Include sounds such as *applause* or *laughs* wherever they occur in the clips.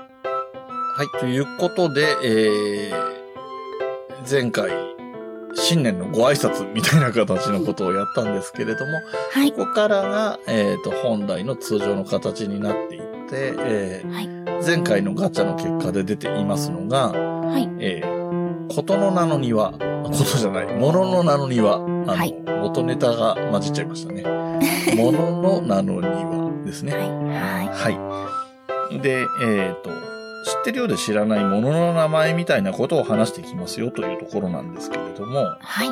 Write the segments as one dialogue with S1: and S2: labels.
S1: はい。ということで、えー、前回、新年のご挨拶みたいな形のことをやったんですけれども、
S2: はい。
S1: ここからが、えー、と、本来の通常の形になっていって、えー
S2: はい
S1: 前回のガチャの結果で出ていますのが、
S2: はい。
S1: えー、ことの名の庭、あことじゃない、ものの名の庭、あの、
S2: はい
S1: 元ネタが混じっちゃいま
S2: *laughs*
S1: したね。ものの名の庭ですね。
S2: は
S1: はい。で、えっ、と、知ってるようで知らないものの名前みたいなことを話していきますよというところなんですけれども、
S2: い。はい。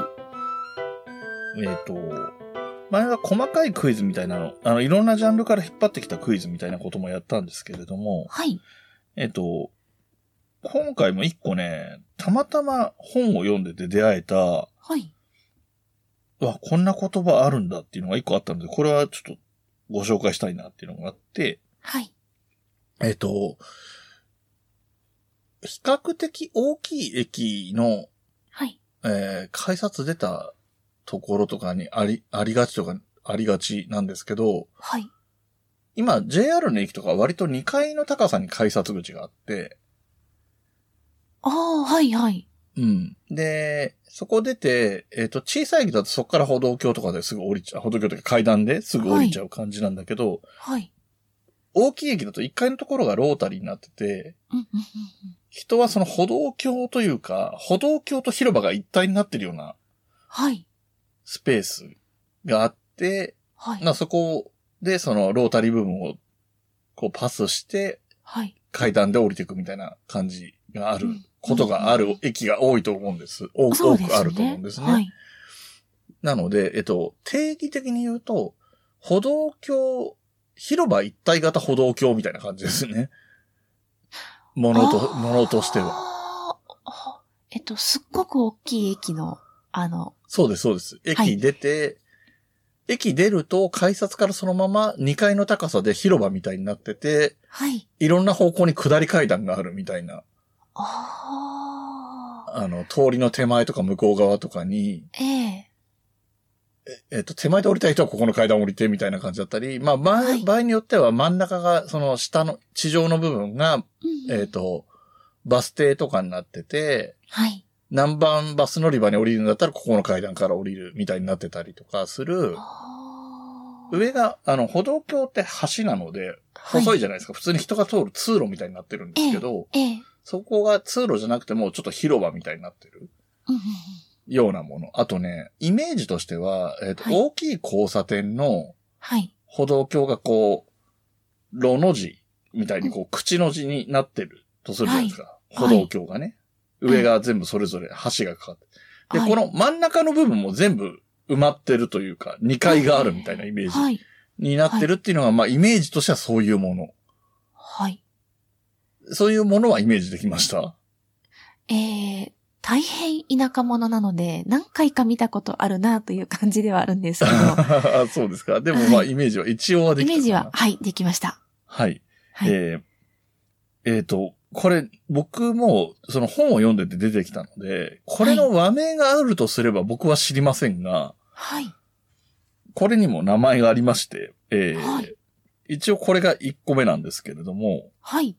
S1: えっ、と、前は細かいクイズみたいなの、あの、いろんなジャンルから引っ張ってきたクイズみたいなこともやったんですけれども、
S2: はい。
S1: えっ、と、今回も一個ね、たまたま本を読んでて出会えた、
S2: はい。
S1: うわ、こんな言葉あるんだっていうのが一個あったので、これはちょっとご紹介したいなっていうのがあって、
S2: はい。
S1: えっと、比較的大きい駅の、
S2: はい。
S1: えー改札出たところとかにあり、ありがちとか、ありがちなんですけど、
S2: はい。
S1: 今 JR の駅とか割と2階の高さに改札口があって、
S2: ああ、はい。はい。
S1: うん。で、そこ出て、えっ、と、小さい駅だとそこから歩道橋とかですぐ降りちゃう、歩道橋というか階段ですぐ降りちゃう感じなんだけど、
S2: はい。
S1: 大きい駅だと1階のところがロータリーになってて、
S2: うんうんうんうん。
S1: 人はその歩道橋というか、歩道橋と広場が一体になってるような
S2: はい。
S1: スペースがあって、
S2: はい。
S1: まあそこでそのロータリー部分をこうパスして
S2: はい。
S1: 階段で降りていくみたいな感じがある
S2: うん
S1: ことがある駅が多いと思うんです。多く
S2: そう
S1: 多
S2: です
S1: くあると思うんですね。
S2: はい。
S1: なので、えっと、定義的に言うと、歩道橋、広場一体型歩道橋みたいな感じですね。ものと、
S2: あー
S1: ものとしては。。
S2: あえっと、すっごく大きい駅の、あの、
S1: そうです、そうです。
S2: はい
S1: 駅出て、駅出ると改札からそのまま2階の高さで広場みたいになってて、
S2: はい。
S1: いろんな方向に下り階段があるみたいな、
S2: ああ。
S1: あの、通りの手前とか向こう側とかに、
S2: ええ。
S1: えっと、手前で降りたい人はここの階段降りてみたいな感じだったり、まあ、場合
S2: はい
S1: 場合によっては真ん中が、その下の、地上の部分が、
S2: うんうん
S1: えっ。と、バス停とかになってて、
S2: はい。
S1: 何番バス乗り場に降りるんだったらここの階段から降りるみたいになってたりとかする。
S2: あー
S1: 上が、あの、歩道橋って橋なので、細いじゃ
S2: は
S1: ないですか。普通に人が通る通路みたいになってるんですけど、
S2: い。ええ。
S1: そこが通路じゃなくてもうちょっと広場みたいになってる
S2: うんうんうん
S1: ようなもの。あとね、イメージとしては、えっ、と、
S2: はい
S1: 大きい交差点の
S2: はい。
S1: 歩道橋がこう、路の字みたいにこう、口の字になってるとするじゃないですか。
S2: はい
S1: 歩道橋がね。上が全部それぞれ橋がかかって。で、
S2: はい
S1: この真ん中の部分も全部埋まってるというか、2階があるみたいなイメージ
S2: はい。
S1: になってるっていうのが、まあ、イメージとしてはそういうもの。
S2: はい。
S1: そういうものはイメージできま
S2: *laughs*
S1: した。
S2: えー、大変田舎者なので、何回か見たことあるなという感じではある
S1: *laughs*
S2: んですけ
S1: そうですか。でも、まあ、
S2: はい
S1: イメージは一応は
S2: ど、
S1: で
S2: イ
S1: きた
S2: メ
S1: かな
S2: ージは、。はい、できました。
S1: はい。
S2: はい。
S1: えーえーと、これ、僕も、その本を読んでて出てきたので、これの和名があるとすれば僕は知りませんが、
S2: はい。
S1: これにも名前がありまして、えー
S2: はい
S1: 一応これが1個目なんですけれども、
S2: はい。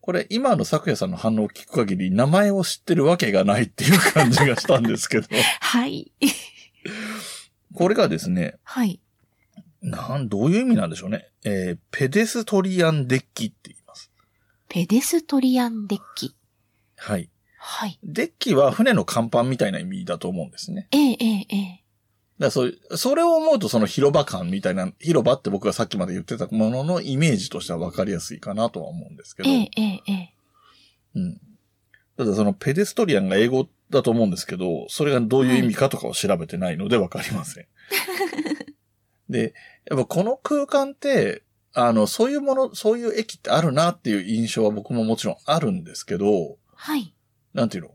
S1: これ今の昨夜さんの反応を聞く限り名前を知ってるわけがないっていう感じがしたんですけ
S2: *laughs*
S1: ど、
S2: はい。
S1: これがですね、
S2: はい。
S1: なん、どういう意味なんでしょうね。えーペデストリアンデッキって言います。
S2: ペデストリアンデッキ。
S1: はい。
S2: はい。
S1: デッキは船の甲板みたいな意味だと思うんですね。
S2: ええええええ
S1: だからそういう、それを思うとその広場感みたいな、広場って僕がさっきまで言ってたもののイメージとしては分かりやすいかなとは思うんですけど、
S2: えええええ
S1: うん。ただそのペデストリアンが英語だと思うんですけど、それがどういう意味かとかを調べてないので分かりません。で、やっぱこの空間って、あの、そういうもの、そういう駅ってあるなっていう印象は僕ももちろんあるんですけど、
S2: はい。
S1: なんていうの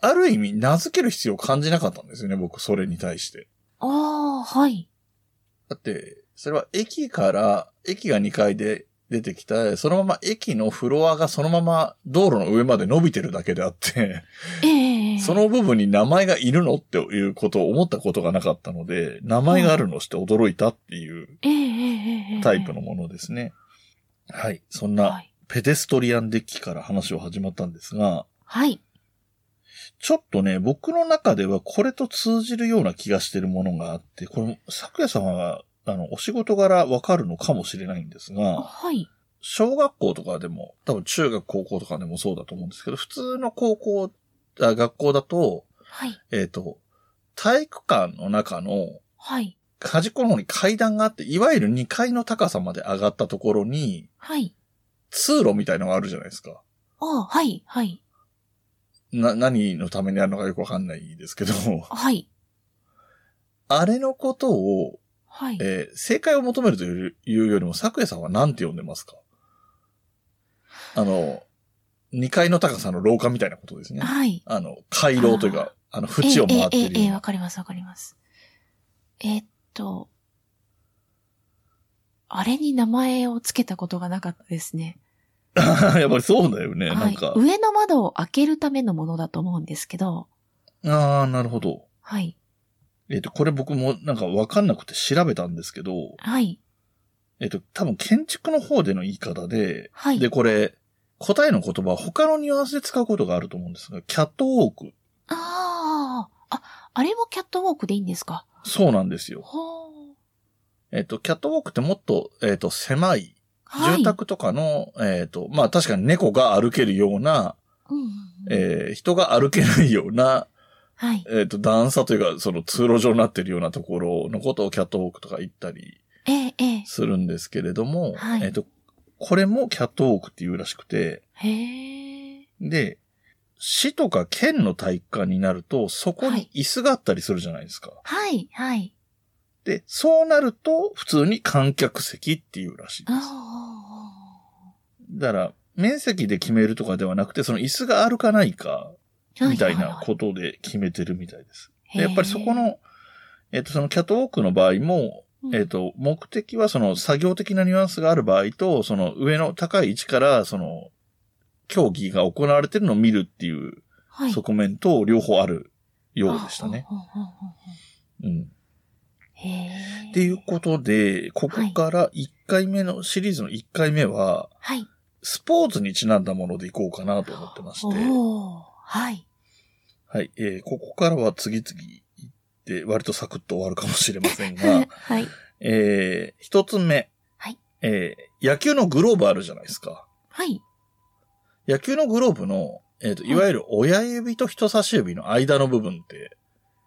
S1: ある意味名付ける必要を感じなかったんですよね、僕、それに対して。
S2: ああ、はい。
S1: だって、それは駅から、駅が2階で出てきた、そのまま駅のフロアがそのまま道路の上まで伸びてるだけであって、
S2: ええええ
S1: そ、の部分に名前がいるのっていうことを思ったことがなかったので、名前があるのして驚いたっていう
S2: ええええええええ
S1: タイプのものですね。はい。そんな
S2: はい。
S1: ペデストリアンデッキから話は始まったんですが、
S2: はい。
S1: ちょっとね、僕の中ではこれと通じるような気がしてるものがあって、これ、昨夜さんは、あの、お仕事柄わかるのかもしれないんですが、
S2: はい。
S1: 小学校とかでも、多分中学高校とかでもそうだと思うんですけど、普通の高校、あ学校だと、
S2: はい。
S1: えっ、と、体育館の中の
S2: はい。
S1: 端っこの方に階段があって、いわゆる2階の高さまで上がったところに、
S2: はい。
S1: 通路みたいのがあるじゃないですか。
S2: ああ、はい。はい。
S1: な、何のためにあるのかよくわかんないですけど、 *laughs*
S2: はい。
S1: あれのことを、
S2: はい。
S1: えー正解を求めるといういうよりも、昨夜さんは何て呼んでますかあの、2階の高さの廊下みたいなことですね。
S2: はい。
S1: あの、回廊というか、あの、縁を回って
S2: ええええ
S1: る
S2: ええ
S1: よ
S2: わかります、わかります。えーっと、あれに名前をつけたことがなかったですね。
S1: うな。 *laughs* やっぱりそうだよね。な
S2: は
S1: ん
S2: い
S1: か。。
S2: 上の窓を開けるためのものだと思うんですけど、
S1: ああ、なるほど。
S2: はい。
S1: えっ、と、これ僕もなんかわかんなくて調べたんですけど、
S2: はい。
S1: えっ、と、多分建築の方での言い方で、
S2: はい。
S1: で、これ、答えの言葉は他のニュアンスで使うことがあると思うんですが、キャットウォーク。
S2: ああ、あ、あれもキャットウォークでいいんですか
S1: そうなんですよ。
S2: ほー
S1: えっ、と、キャットウォークってもっと、えっ、と、狭い、
S2: はい。
S1: 住宅とかの、えっ、と、まあ確かに猫が歩けるような、
S2: うんうんうん
S1: えー人が歩けないような、
S2: はい。
S1: えっ、と、段差というか、その通路上になってるようなところのことをキャットウォークとか言ったり
S2: ええええ
S1: するんですけれども、
S2: はい
S1: えっ、と、これもキャットウォークっていうらしくて、
S2: へえ。
S1: で、市とか県の体育館になると、そこに椅子があったりするじゃないですか。
S2: はい、はい。
S1: で、そうなると、普通に観客席っていうらしいで
S2: あー
S1: す。だから、面積で決めるとかではなくて、その椅子があるかないか、
S2: あーあー
S1: みたい
S2: はは
S1: な
S2: は
S1: ことで決めてるみたいです。
S2: い
S1: でやっぱりそこの、えっと、そのキャットウォークの場合も、
S2: うん
S1: えっと、目的はその作業的なニュアンスがある場合と、その上の高い位置から、その、競技が行われてるのを見るっていう
S2: はい
S1: 側面と両方あるようでしたね。
S2: あ。ああああ
S1: うん。
S2: へえ。
S1: っていうことで、ここから1回目の、シリーズの1回目は、
S2: はい。
S1: スポーツにちなんだものでいこうかなと思ってまし
S2: お
S1: て、
S2: おーはい。、
S1: はい、えーここからは次々行って、割とサクッと終わるかもしれませんが
S2: *laughs* はい。
S1: えー一つ目。
S2: はい
S1: えー野球のグローブあるじゃないですか。
S2: はい。
S1: 野球のグローブの、えっ、と、
S2: はい
S1: いわゆる親指と人差し指の間の部分って、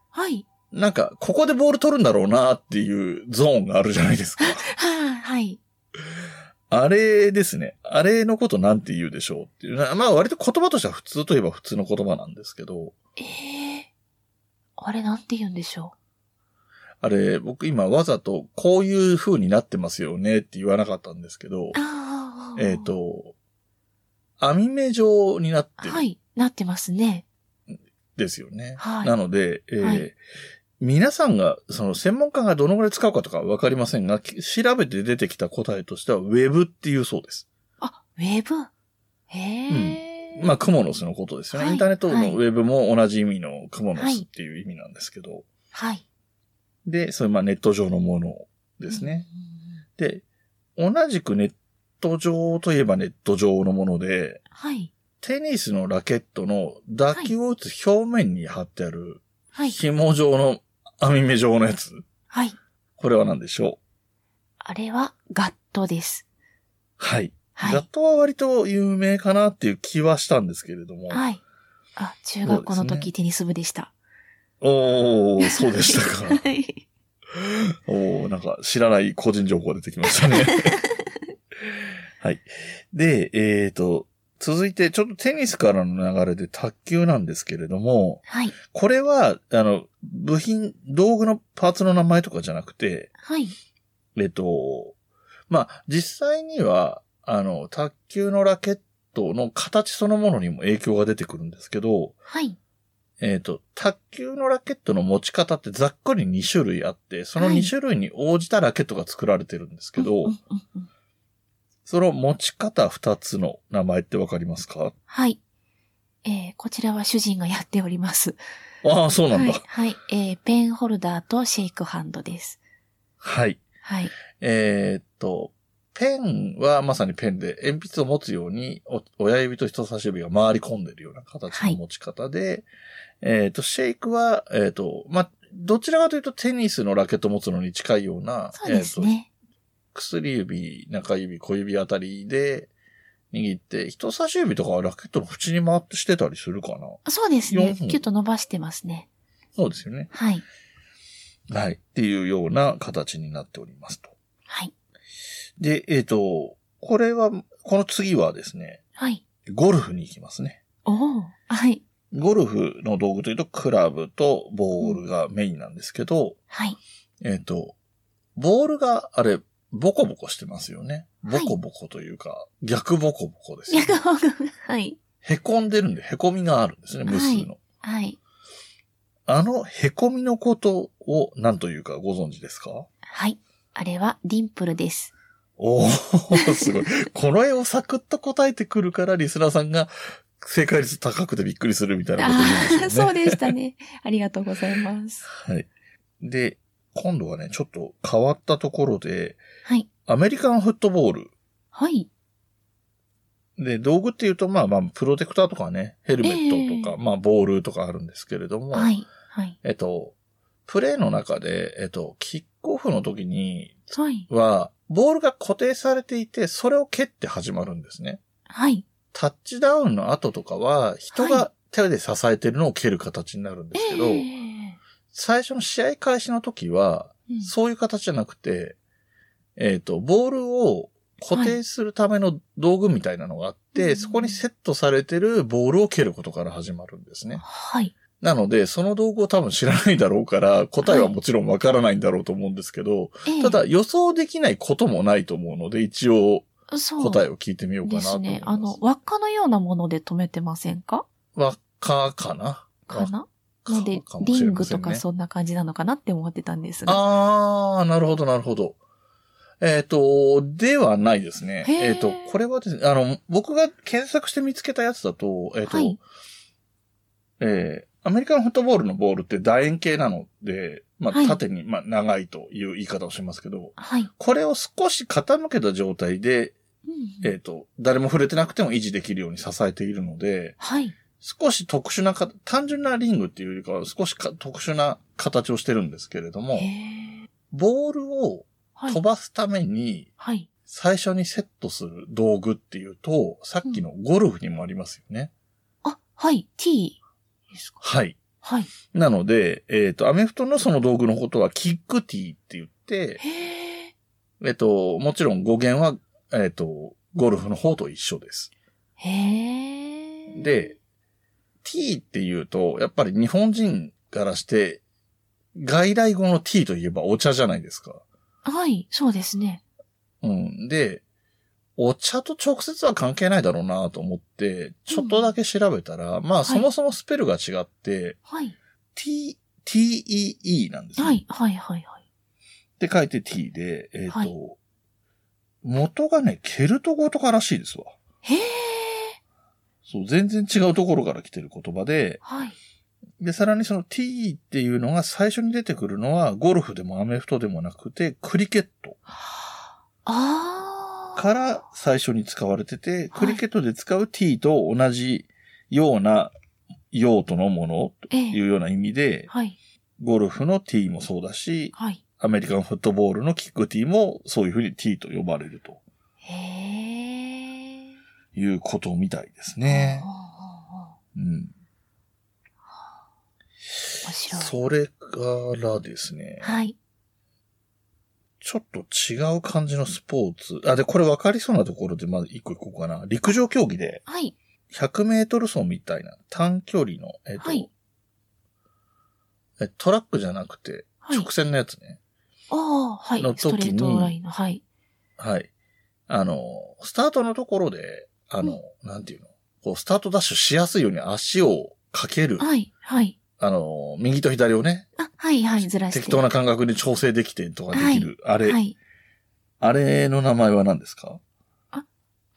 S2: はい。
S1: なんか、ここでボール取るんだろうなっていうゾーンがあるじゃない
S2: *laughs*
S1: ですか。
S2: はあ、はい。
S1: あれですね。あれのことなんて言うでしょうっていう。なまあ割と言葉としては普通といえば普通の言葉なんですけど、
S2: ええ。あれ、なんて言うんでしょ
S1: あれ僕今わざとこういう風になってますよねって言わなかったんですけど
S2: う。、ああ。
S1: えっ、。と、網目状になってる
S2: は
S1: ん
S2: い。なってますね。
S1: ですよね。
S2: はい
S1: なので、えー
S2: はい
S1: 皆さんが、その専門家がどのぐらい使うかとかわかりませんが、き調べて出てきた答えとしては、ウェブっていうそうです。
S2: あ、ウェブ。へえ。
S1: まあ、クモの巣のことですよね。
S2: はい
S1: インターネット
S2: はい
S1: のウェブも同じ意味のクモの巣っていう意味なんですけど、
S2: はい。
S1: で、それまあネット上のものですね。
S2: うんうんうん。
S1: で、同じくネット上といえばネット上のもので、
S2: はい。
S1: テニスのラケットの打球を打つ表面に貼ってある、
S2: はい。
S1: 紐状の網目状のやつ。
S2: はい。
S1: これは何でしょう
S2: あれは、ガットです。
S1: はい。
S2: は
S1: ガッ
S2: い。
S1: トは割と有名かなっていう気はしたんですけれども。
S2: はい。あ、中学校の
S1: そうですね
S2: 時、テニス部でした。
S1: おー、そうでしたか。
S2: *laughs* はい。
S1: おー、なんか知らない個人情報が出てきました
S2: *laughs*
S1: ね。はい。で、えっ、と、続いてちょっとテニスからの流れで卓球なんですけれども、
S2: はい。
S1: これは、あの、部品、道具のパーツの名前とかじゃなくて、
S2: はい。
S1: えっ、と、まあ、実際には、あの、卓球のラケットの形そのものにも影響が出てくるんですけど、
S2: はい。
S1: えっ、と、卓球のラケットの持ち方ってざっくり2種類あって、その
S2: はい
S1: 2種類に応じたラケットが作られてるんですけど、
S2: うんうんうんうん
S1: その持ち方2つの名前ってわかりますか
S2: はい。えー、こちらは主人がやっております。
S1: ああ、そうなんだ。
S2: は
S1: はいい。。
S2: はい。えー、ペンホルダーとシェイクハンドです。はい。
S1: えっ、と、ペンはまさにペンで、鉛筆を持つように、お親指と人差し指が回り込んでるような形の持ち方で、えっ、と、シェイクは、えっ、と、まあ、どちらかというとテニスのラケット持つのに近いような、
S2: そうですね。
S1: えーと薬指、中指、小指あたりで握って、人差し指とかはラケットの縁に回ってしてたりするかな。
S2: あそうですね。
S1: 四本
S2: キュッと伸ばしてますね。
S1: そうですよね。
S2: はい。
S1: はい。っていうような形になっておりますと。
S2: はい。
S1: で、えっ、と、これは、この次はですね、
S2: はい。
S1: ゴルフに行きますね。
S2: おお。はい。
S1: ゴルフの道具というと、クラブとボールがメインなんですけど、
S2: はい。 *laughs*
S1: えっ、と、ボールがあれ、ボコボコしてますよね。ボ
S2: はい
S1: コボコというか、逆ボコボコですよね、
S2: *laughs* 逆方向はい。
S1: へこんでるんで、へこみがあるんですね、無数の。
S2: はい。
S1: あのへこみのことを何というかご存知ですか
S2: はい。あれはディンプルです。
S1: おおすごい。この絵をサクッと答えてくるから、リスナーさんが正解率高くてびっくりするみたいなこと言うん
S2: *laughs* ああ、
S1: ですよ
S2: そう
S1: ね。
S2: でしたね。ありがとうございます。
S1: はい。で、今度はね、ちょっと変わったところで、
S2: はい。
S1: アメリカンフットボール。
S2: はい。
S1: で、道具っていうと、まあまあ、プロテクターとかね、ヘルメットとか、まあ、ボールとかあるんですけれども、
S2: はい。はい。
S1: えっと、プレーの中で、えっと、キックオフの時に
S2: はい。
S1: は、ボールが固定されていて、それを蹴って始まるんですね。
S2: はい。
S1: タッチダウンの後とかは、人
S2: は
S1: が手で支えてるのを蹴る形になるんですけど、
S2: ええ
S1: 最初の試合開始の時は、
S2: うん
S1: そういう形じゃなくて、えっ、と、ボールを固定するための道具みたいなのがあって、
S2: はいうん
S1: そこにセットされてるボールを蹴ることから始まるんですね。
S2: はい。
S1: なので、その道具を多分知らないだろうから、答えはもちろんわからないんだろうと思うんですけど、
S2: ええ
S1: ただ予想できないこともないと思うので、一応
S2: そう
S1: 答えを聞いてみようか
S2: で
S1: なと
S2: す
S1: 思い
S2: ね。
S1: ます。
S2: あの、輪っかのようなもので止めてませんか
S1: 輪っかかな
S2: かな
S1: 輪っ
S2: ので
S1: かか、も
S2: リ
S1: しれ
S2: ン
S1: ま
S2: グ
S1: せん
S2: と
S1: ね
S2: かそんな感じなのかなって思ってたんですが。
S1: あー、なるほど、なるほど。えっ、と、ではないですね。
S2: へ
S1: え
S2: ー
S1: っ、と、これはですね、あの、僕が検索して見つけたやつだと、えっ、と、
S2: はい
S1: えーアメリカンフットボールのボールって楕円形なので、ま
S2: は
S1: あ、
S2: い
S1: 縦に、まあ、長いという言い方をしますけど、
S2: はい。
S1: これを少し傾けた状態で、
S2: うん
S1: えっ、と、誰も触れてなくても維持できるように支えているので、
S2: はい。
S1: 少し特殊なか、単純なリングっていうよりかは少しか特殊な形をしてるんですけれども
S2: へ、え
S1: ボールを
S2: は
S1: 飛
S2: い。
S1: ばすために
S2: はい。
S1: 最初にセットする道具っていうと、さっきのゴルフにもありますよね。
S2: あ、はい。T ですか
S1: はい。
S2: はい。
S1: なので、えっ、と、アメフトのその道具のことはキックティーって言って、
S2: へえ。
S1: えっ、と、もちろん語源は、えっ、と、ゴルフの方と一緒です。
S2: へえ。
S1: で、t っていうと、やっぱり日本人からして、外来語の t といえばお茶じゃないですか。
S2: はい。そうですね。
S1: うん。で、お茶と直接は関係ないだろうなと思って、ちょっとだけ調べたら、まあ
S2: い
S1: そもそもスペルが違って、
S2: はい。
S1: t, t, e, e なんですね。
S2: はい。はい。はい。はい。
S1: って書いて t で、えっ、と、
S2: は
S1: 元がね、ケルト語とからしいですわ。
S2: へえ。
S1: そう、全然違うところから来てる言葉で、
S2: はい。
S1: で、さらにその t っていうのが最初に出てくるのは、ゴルフでもアメフトでもなくて、クリケット
S2: ああ。
S1: から最初に使われてて、クリケットで使う t と同じような用途のもの
S2: え
S1: と
S2: え
S1: いうような意味で、
S2: はい。
S1: ゴルフの t もそうだし、
S2: はい。
S1: アメリカンフットボールのキック t もそういうふうに t と呼ばれると
S2: へえ。
S1: いうことみたいですね
S2: ほ。うほうほう
S1: うん、
S2: 面白い。
S1: それからですね、
S2: はい。
S1: ちょっと違う感じのスポーツ。あ、で、これ分かりそうなところでまず一個いこうかな。陸上競技で
S2: はい。
S1: 100メートル走みたいな短距離の、えっと、
S2: はい
S1: えトラックじゃなくて、
S2: はい。
S1: 直線のやつね。
S2: ああ、はい
S1: の。
S2: ストレー
S1: 時
S2: ト
S1: に
S2: ラインの。はい。
S1: はい。あの、スタートのところで、あの、なんていうのこう、スタートダッシュしやすいように足をかける。
S2: はい。はい。
S1: あの、右と左をね、
S2: あ、はい、はい、ずらして。
S1: 適当な感覚に調整できてとかできる。あれ、
S2: はい。
S1: あれの名前は何ですか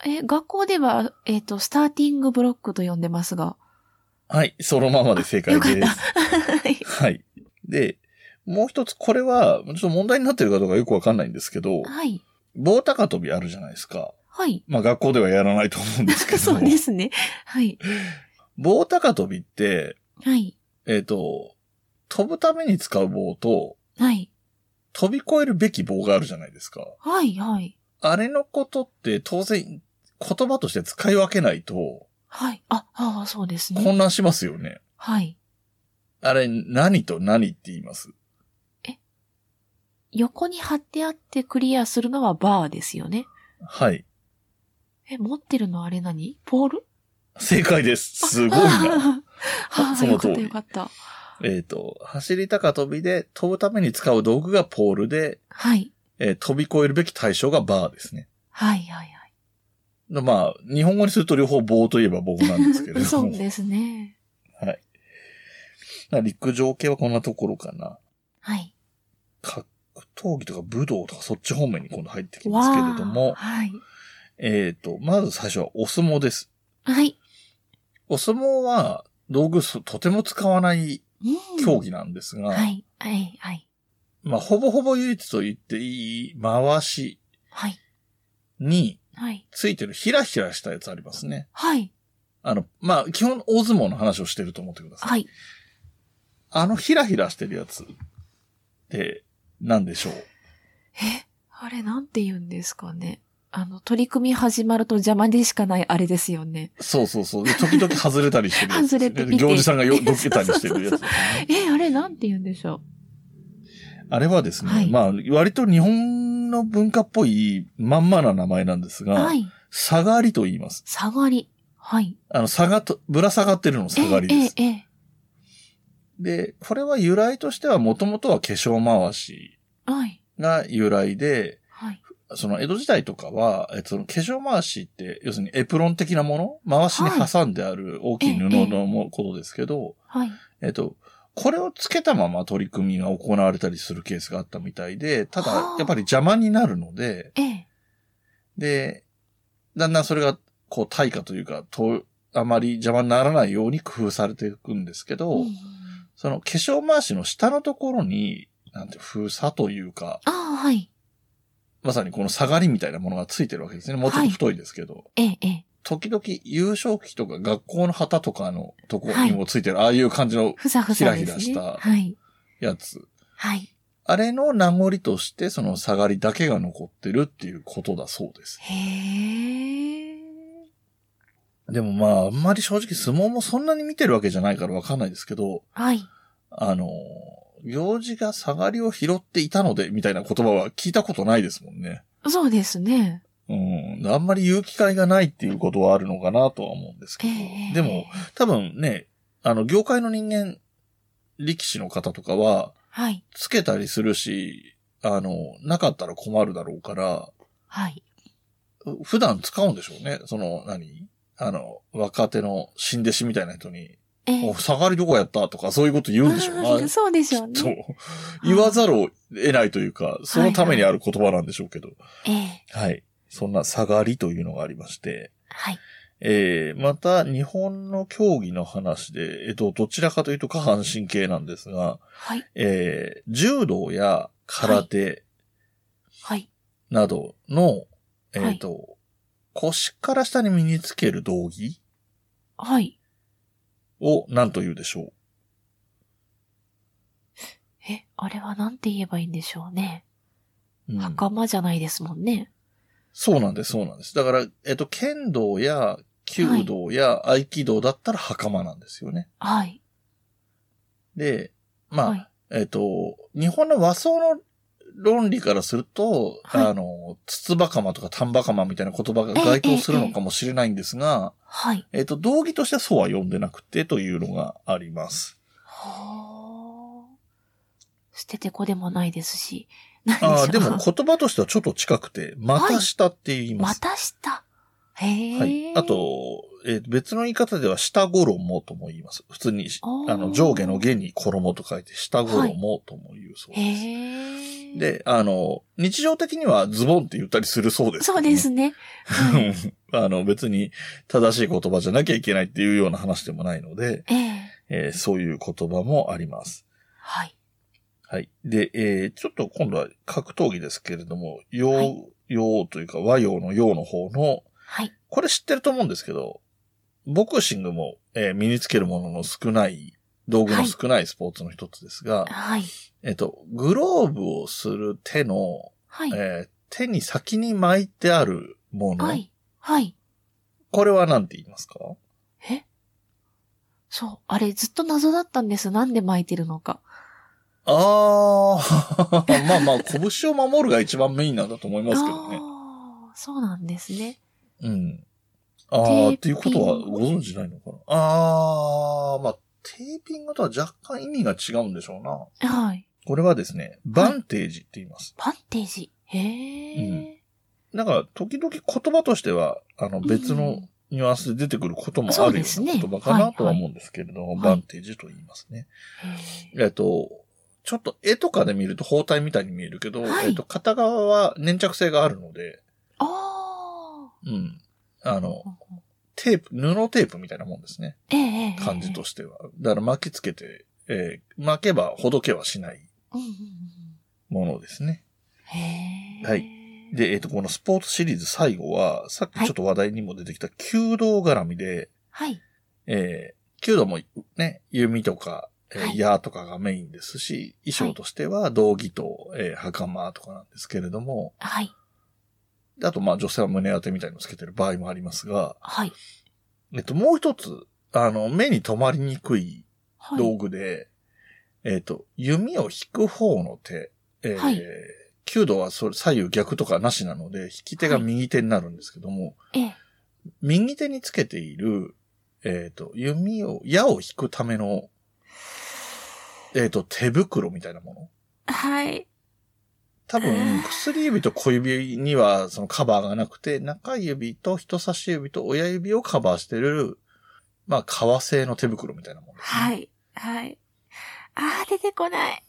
S2: え、学校では、えっ、と、スターティングブロックと呼んでますが。
S1: はい、そのままで正解
S2: よかっ
S1: で
S2: た。
S1: す。
S2: はい。
S1: はい。で、もう一つ、これは、ちょっと問題になってるかどうかよくわかんないんですけど、
S2: はい。
S1: 棒高跳びあるじゃないですか。
S2: はい。
S1: まあ学校ではやらないと思うんですけど。
S2: *laughs* そうですね。はい。
S1: 棒高跳びって、
S2: はい。
S1: えっ、と、飛ぶために使う棒と、
S2: はい。
S1: 飛び越えるべき棒があるじゃないですか。
S2: はい。はい。
S1: あれのことって当然言葉として使い分けないと
S2: はい。あ、ああ、そうですね。
S1: 混乱しますよね。
S2: はい。
S1: あれ何と何って言います
S2: 横に貼ってあってクリアするのはバーですよね。
S1: はい。
S2: え、持ってるのあれ何ポール
S1: 正解です。すごいな。
S2: *laughs* はあ、
S1: そ
S2: よ
S1: の
S2: か
S1: 通
S2: った
S1: り
S2: よかった。
S1: えっと、走り高跳びで飛ぶために使う道具がポールで、
S2: はい。
S1: えー飛び越えるべき対象がバーですね。
S2: はいはいはい。
S1: でまあ、日本語にすると両方棒といえば棒なんですけれど
S2: *laughs* そう
S1: も。
S2: ですね。
S1: まあ陸上系はこんなところかな。
S2: はい。
S1: 格闘技とか武道とかそっち方面に今度入ってき
S2: わ
S1: ますけ
S2: あ
S1: れども、
S2: はい。
S1: えっ、と、まず最初はお相撲です。
S2: はい。
S1: お相撲は道具すとても使わない
S2: うん
S1: 競技なんですが、
S2: はい。はい。はい。
S1: まあ、ほぼほぼ唯一と言っていい回し
S2: はい。
S1: に
S2: はい。
S1: ついてるひらひらしたやつありますね。
S2: はい。
S1: あの、まあ、基本大相撲の話をしてると思ってください。
S2: はい。
S1: あのひらひらしてるやつって何でしょう
S2: え、あれなんて言うんですかね。あの、取り組み始まると邪魔でしかないあれですよね。
S1: そうそうそう。で時々外れたりしてるやつですね、
S2: 外れて見て
S1: 行司さんがよどけたりしてるやつ
S2: *laughs*
S1: ですね、
S2: え、あれなんて言うんでしょ
S1: あれはですね、
S2: はい
S1: まあ、割と日本の文化っぽいまんまな名前なんです
S2: う。
S1: が、
S2: はい。
S1: 下がりと言います。
S2: 下がり。はい。
S1: あの、下がと、ぶら下がってるの下がりです。
S2: え、え、え。
S1: で、これは由来としてはもともとは化粧回し
S2: はい。
S1: が由来で、
S2: はい。
S1: その江戸時代とかは、えっとその化粧回しって、要するにエプロン的なもの回しに挟んである大きい布
S2: ええ
S1: のもことですけど、
S2: はい。
S1: えっと、これをつけたまま取り組みが行われたりするケースがあったみたいで、ただ
S2: はあ、
S1: やっぱり邪魔になるので、
S2: ええ。
S1: で、だんだんそれが、こう、対価というか、と、あまり邪魔にならないように工夫されていくんですけど、
S2: うん
S1: その化粧回しの下のところに、なんて、封鎖というか、
S2: ああ、はい。
S1: まさにこの下がりみたいなものがついてるわけですね。もうちょっと太いですけど。
S2: ええ、ええ。
S1: 時々、優勝旗とか学校の旗とかのところにもついてる、ああいう感じの
S2: ふさふさですね。
S1: ひらひらした
S2: はい。
S1: やつ。
S2: はい。
S1: あれの名残として、その下がりだけが残ってるっていうことだそうです。
S2: へえ。
S1: でもまあ、あんまり正直相撲もそんなに見てるわけじゃないからわかんないですけど、
S2: はい。
S1: あの、行事が下がりを拾っていたので、みたいな言葉は聞いたことないですもんね。
S2: そうですね。
S1: うん。あんまり言う機会がないっていうことはあるのかなとは思うんですけ
S2: え
S1: ど
S2: え。ええ。
S1: でも、、多分ね、あの、業界の人間、力士の方とかは、
S2: はい。
S1: つけたりするし、あの、なかったら困るだろうから、
S2: はい。
S1: 普段使うんでしょうね。その、何あの、若手の新弟子みたいな人に、
S2: ええ
S1: お、下がりどこやったとかそういうこと言うんでしょうな。
S2: んそうでしょう
S1: そう
S2: ね。。
S1: 言わざるを得ないというか、そのためにある言葉なんでしょうけど。
S2: ええ。
S1: はい。そんな下がりというのがありまして。
S2: はい。
S1: えー、また、日本の競技の話で、えっと、どちらかというと下半身系なんですが、
S2: はい。
S1: えー、柔道や空手
S2: はい。
S1: などの、えっ、と、腰から下に身につける道着
S2: はい。
S1: を何と言うでしょう
S2: え、あれはなんて言えばいいんでしょうね。
S1: うん
S2: 袴じゃないですもんね。
S1: そうなんです、そうなんです。だから、えっと、剣道や弓道や合気道だったら袴なんですよね。
S2: はい。
S1: で、まあ、
S2: はい
S1: えっと、日本の和装の論理からすると、
S2: はい
S1: あの、筒ばかまとか丹ばかまみたいな言葉が該当するのかもしれないんですが、
S2: はい。
S1: えっと、道義としてはそうは呼んでなくてというのがあります。
S2: はあ。捨ててこでもないですし。何
S1: ああ、
S2: し
S1: で
S2: *laughs* ょう
S1: も言葉としてはちょっと近くて、また下って言いま。
S2: ますた下。へえ。
S1: はい。あ、と、えー別の言い方では下衣とも言います。普通にし、
S2: あー
S1: あの、上下の下に衣と書いて下衣とも言うそう
S2: へ
S1: です。
S2: え。、
S1: で、あの、日常的にはズボンって言ったりするそうです、
S2: そうです。ね。はい
S1: *laughs* あの、別に正しい言葉じゃなきゃいけないっていうような話でもないので、
S2: ええ。
S1: えーそういう言葉もあります。
S2: はい。
S1: はい。で、えー、ちょっと今度は格闘技ですけれども、洋、
S2: はい
S1: 洋というか和洋の洋の方の、
S2: はい。
S1: これ知ってると思うんですけど、ボクシングも、えー身につけるものの少ない、道具の少ないスポーツの一つですが、
S2: はい。
S1: えっと、グローブをする手の、
S2: はい。
S1: えー手に先に巻いてあるもの、
S2: はい。はい。
S1: これは何て言いますか
S2: えそう。あれ、ずっと謎だったんです。なんで巻いてるのか。
S1: ああ、 *laughs* まあまあ、拳を守るが一番メインなんだと思いますけどね。
S2: ああ、そうなんですね。
S1: うん。ああ、っ
S2: テ
S1: て
S2: ーピ
S1: い
S2: ン
S1: う
S2: グ
S1: ことはご存知ないのかなああ、まあ、テーピングとは若干意味が違うんでしょうな。
S2: はい。
S1: これはですね、バンテージって言います。
S2: バンテージ。へえ。
S1: なんか、時々言葉としては、あの、別
S2: う
S1: の
S2: ん
S1: ニュアンスで出てくることも
S2: そ
S1: あ
S2: う
S1: るよ
S2: です
S1: うな
S2: ね
S1: 言葉かなとは
S2: はいはい
S1: 思うんですけれども、
S2: はい
S1: バンテージと言いますね。
S2: へー
S1: えっと、ちょっと絵とかで見ると包帯みたいに見えるけど、
S2: はい
S1: えっと、片側は粘着性があるので、
S2: あ
S1: うん。あ
S2: あ
S1: の、。テープ、布テープみたいなもんですね。
S2: ええええ。
S1: 感じとしては。だから巻きつけて、えー巻けばほどけはしない
S2: うんうんうん
S1: ものですね。
S2: へえ。
S1: はい。で、えっ、と、このスポーツシリーズ最後は、さっきちょっと話題にも出てきた弓道絡みで、
S2: はい。
S1: えー弓道もね、弓とか、えー
S2: はい
S1: 矢とかがメインですし、衣装としては道着と、えー袴とかなんですけれども、
S2: はい。
S1: であとまあ女性は胸当てみたいのつけてる場合もありますが、
S2: はい。
S1: えっと、もう一つ、あの、目に留まりにくい
S2: はい。
S1: 道具で、えっ、と、弓を引く方の手、えー
S2: はい
S1: 弓道はそれ左右逆とかなしなので、引き手が右手になるんですけども、
S2: ええ。
S1: 右手につけている、えっ、と、弓を、矢を引くための、えっ、と、手袋みたいなもの。
S2: はい。
S1: 多分、薬指と小指にはそのカバーがなくて、中指と人差し指と親指をカバーしてる、まあ、革製の手袋みたいなものですね、
S2: はい。はい。ああ、出てこない。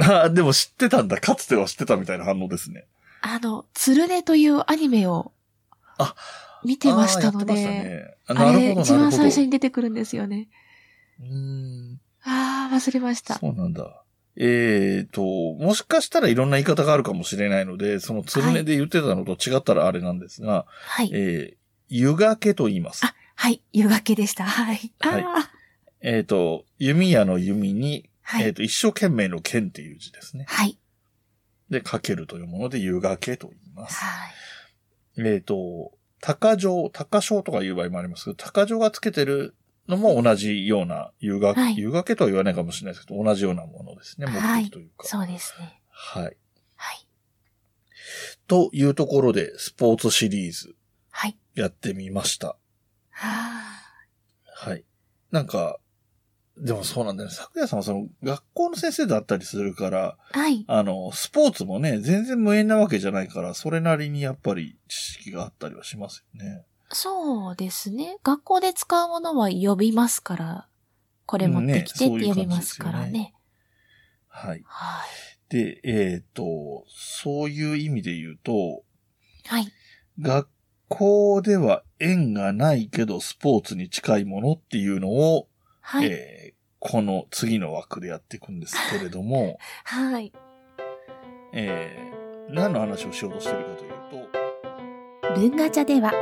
S1: あーでも知ってたんだ。かつては知ってたみたいな反応ですね。
S2: あの、つるねというアニメを、
S1: あ
S2: 見てましたの
S1: あーやっ
S2: で、
S1: てましたね。あな
S2: あ
S1: る
S2: れ、
S1: ほど、
S2: 一
S1: なる
S2: 番
S1: ほど。
S2: 最初
S1: う
S2: に出てくるんですよね。
S1: ーん。
S2: ああ、忘れました。
S1: そうなんだ。えーと、もしかしたらいろんな言い方があるかもしれないので、そのつるねで言ってたのと違ったらあれなんですが、
S2: はい。
S1: えー、湯がけと言います。
S2: あ、はい。湯がけでした。はい。あ
S1: はい
S2: あ、
S1: えーと、弓矢の弓に、
S2: は
S1: えー
S2: い。
S1: と、一生懸命の剣っていう字ですね。
S2: はい。
S1: で、かけるというもので湯がけと言います。
S2: はい。
S1: えっ、と、鷹城、鷹匠とかいう場合もありますけど、鷹匠がつけてるのも同じような、夕が、
S2: はい
S1: 夕がけとは言わないかもしれないですけど、同じようなものですね、目
S2: はい
S1: 的というか。
S2: そうですね。
S1: はい。
S2: はい。
S1: というところで、スポーツシリーズ
S2: はい。
S1: やってみました。
S2: あ
S1: はい。なんか、でもそうなんだよね。昨夜さんはその学校の先生だったりするから、
S2: あ、はい。
S1: あの、スポーツもね、全然無縁なわけじゃないから、それなりにやっぱり知識があったりはしますよね。
S2: そうですね。学校で使うものは呼びますから、これ持ってきてっ
S1: うんね
S2: て呼びますから
S1: そういう感じですよ
S2: ね。
S1: ねはい。
S2: はい。
S1: で、えっ、と、そういう意味で言うと、
S2: はい。
S1: 学校では縁がないけどスポーツに近いものっていうのを、
S2: はい。
S1: えーこの次の枠でやっていくんですけれども、 *laughs*
S2: はい。
S1: えー何の話をしようとしてるかというと、
S3: 文ガチャでは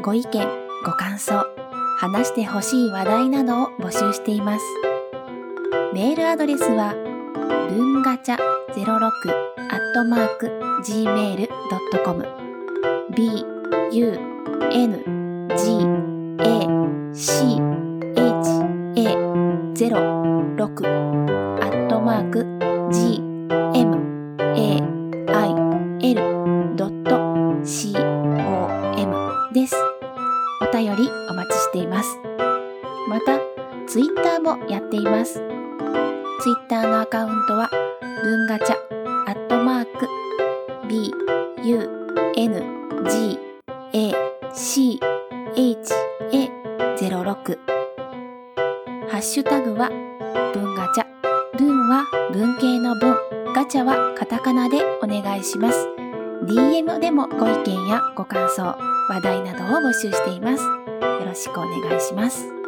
S3: ご意見、ご感想、話してほしい話題などを募集しています。メールアドレスは文ガチャ06アットマーク gmail.com b u n g a c h a 06アットマーク g m a i l c OM です。お便りお待ちしています。また、ツイッターもやっています。ツイッターのアカウントは、文ガチャ、アットマーク、b, u, n, g, a, c, h, a, 06。ハッシュタグは、文ガチャ。文は文系の文、ガチャはカタカナでお願いします。DM でもご意見やご感想、話題などを募集しています。よろしくお願いします。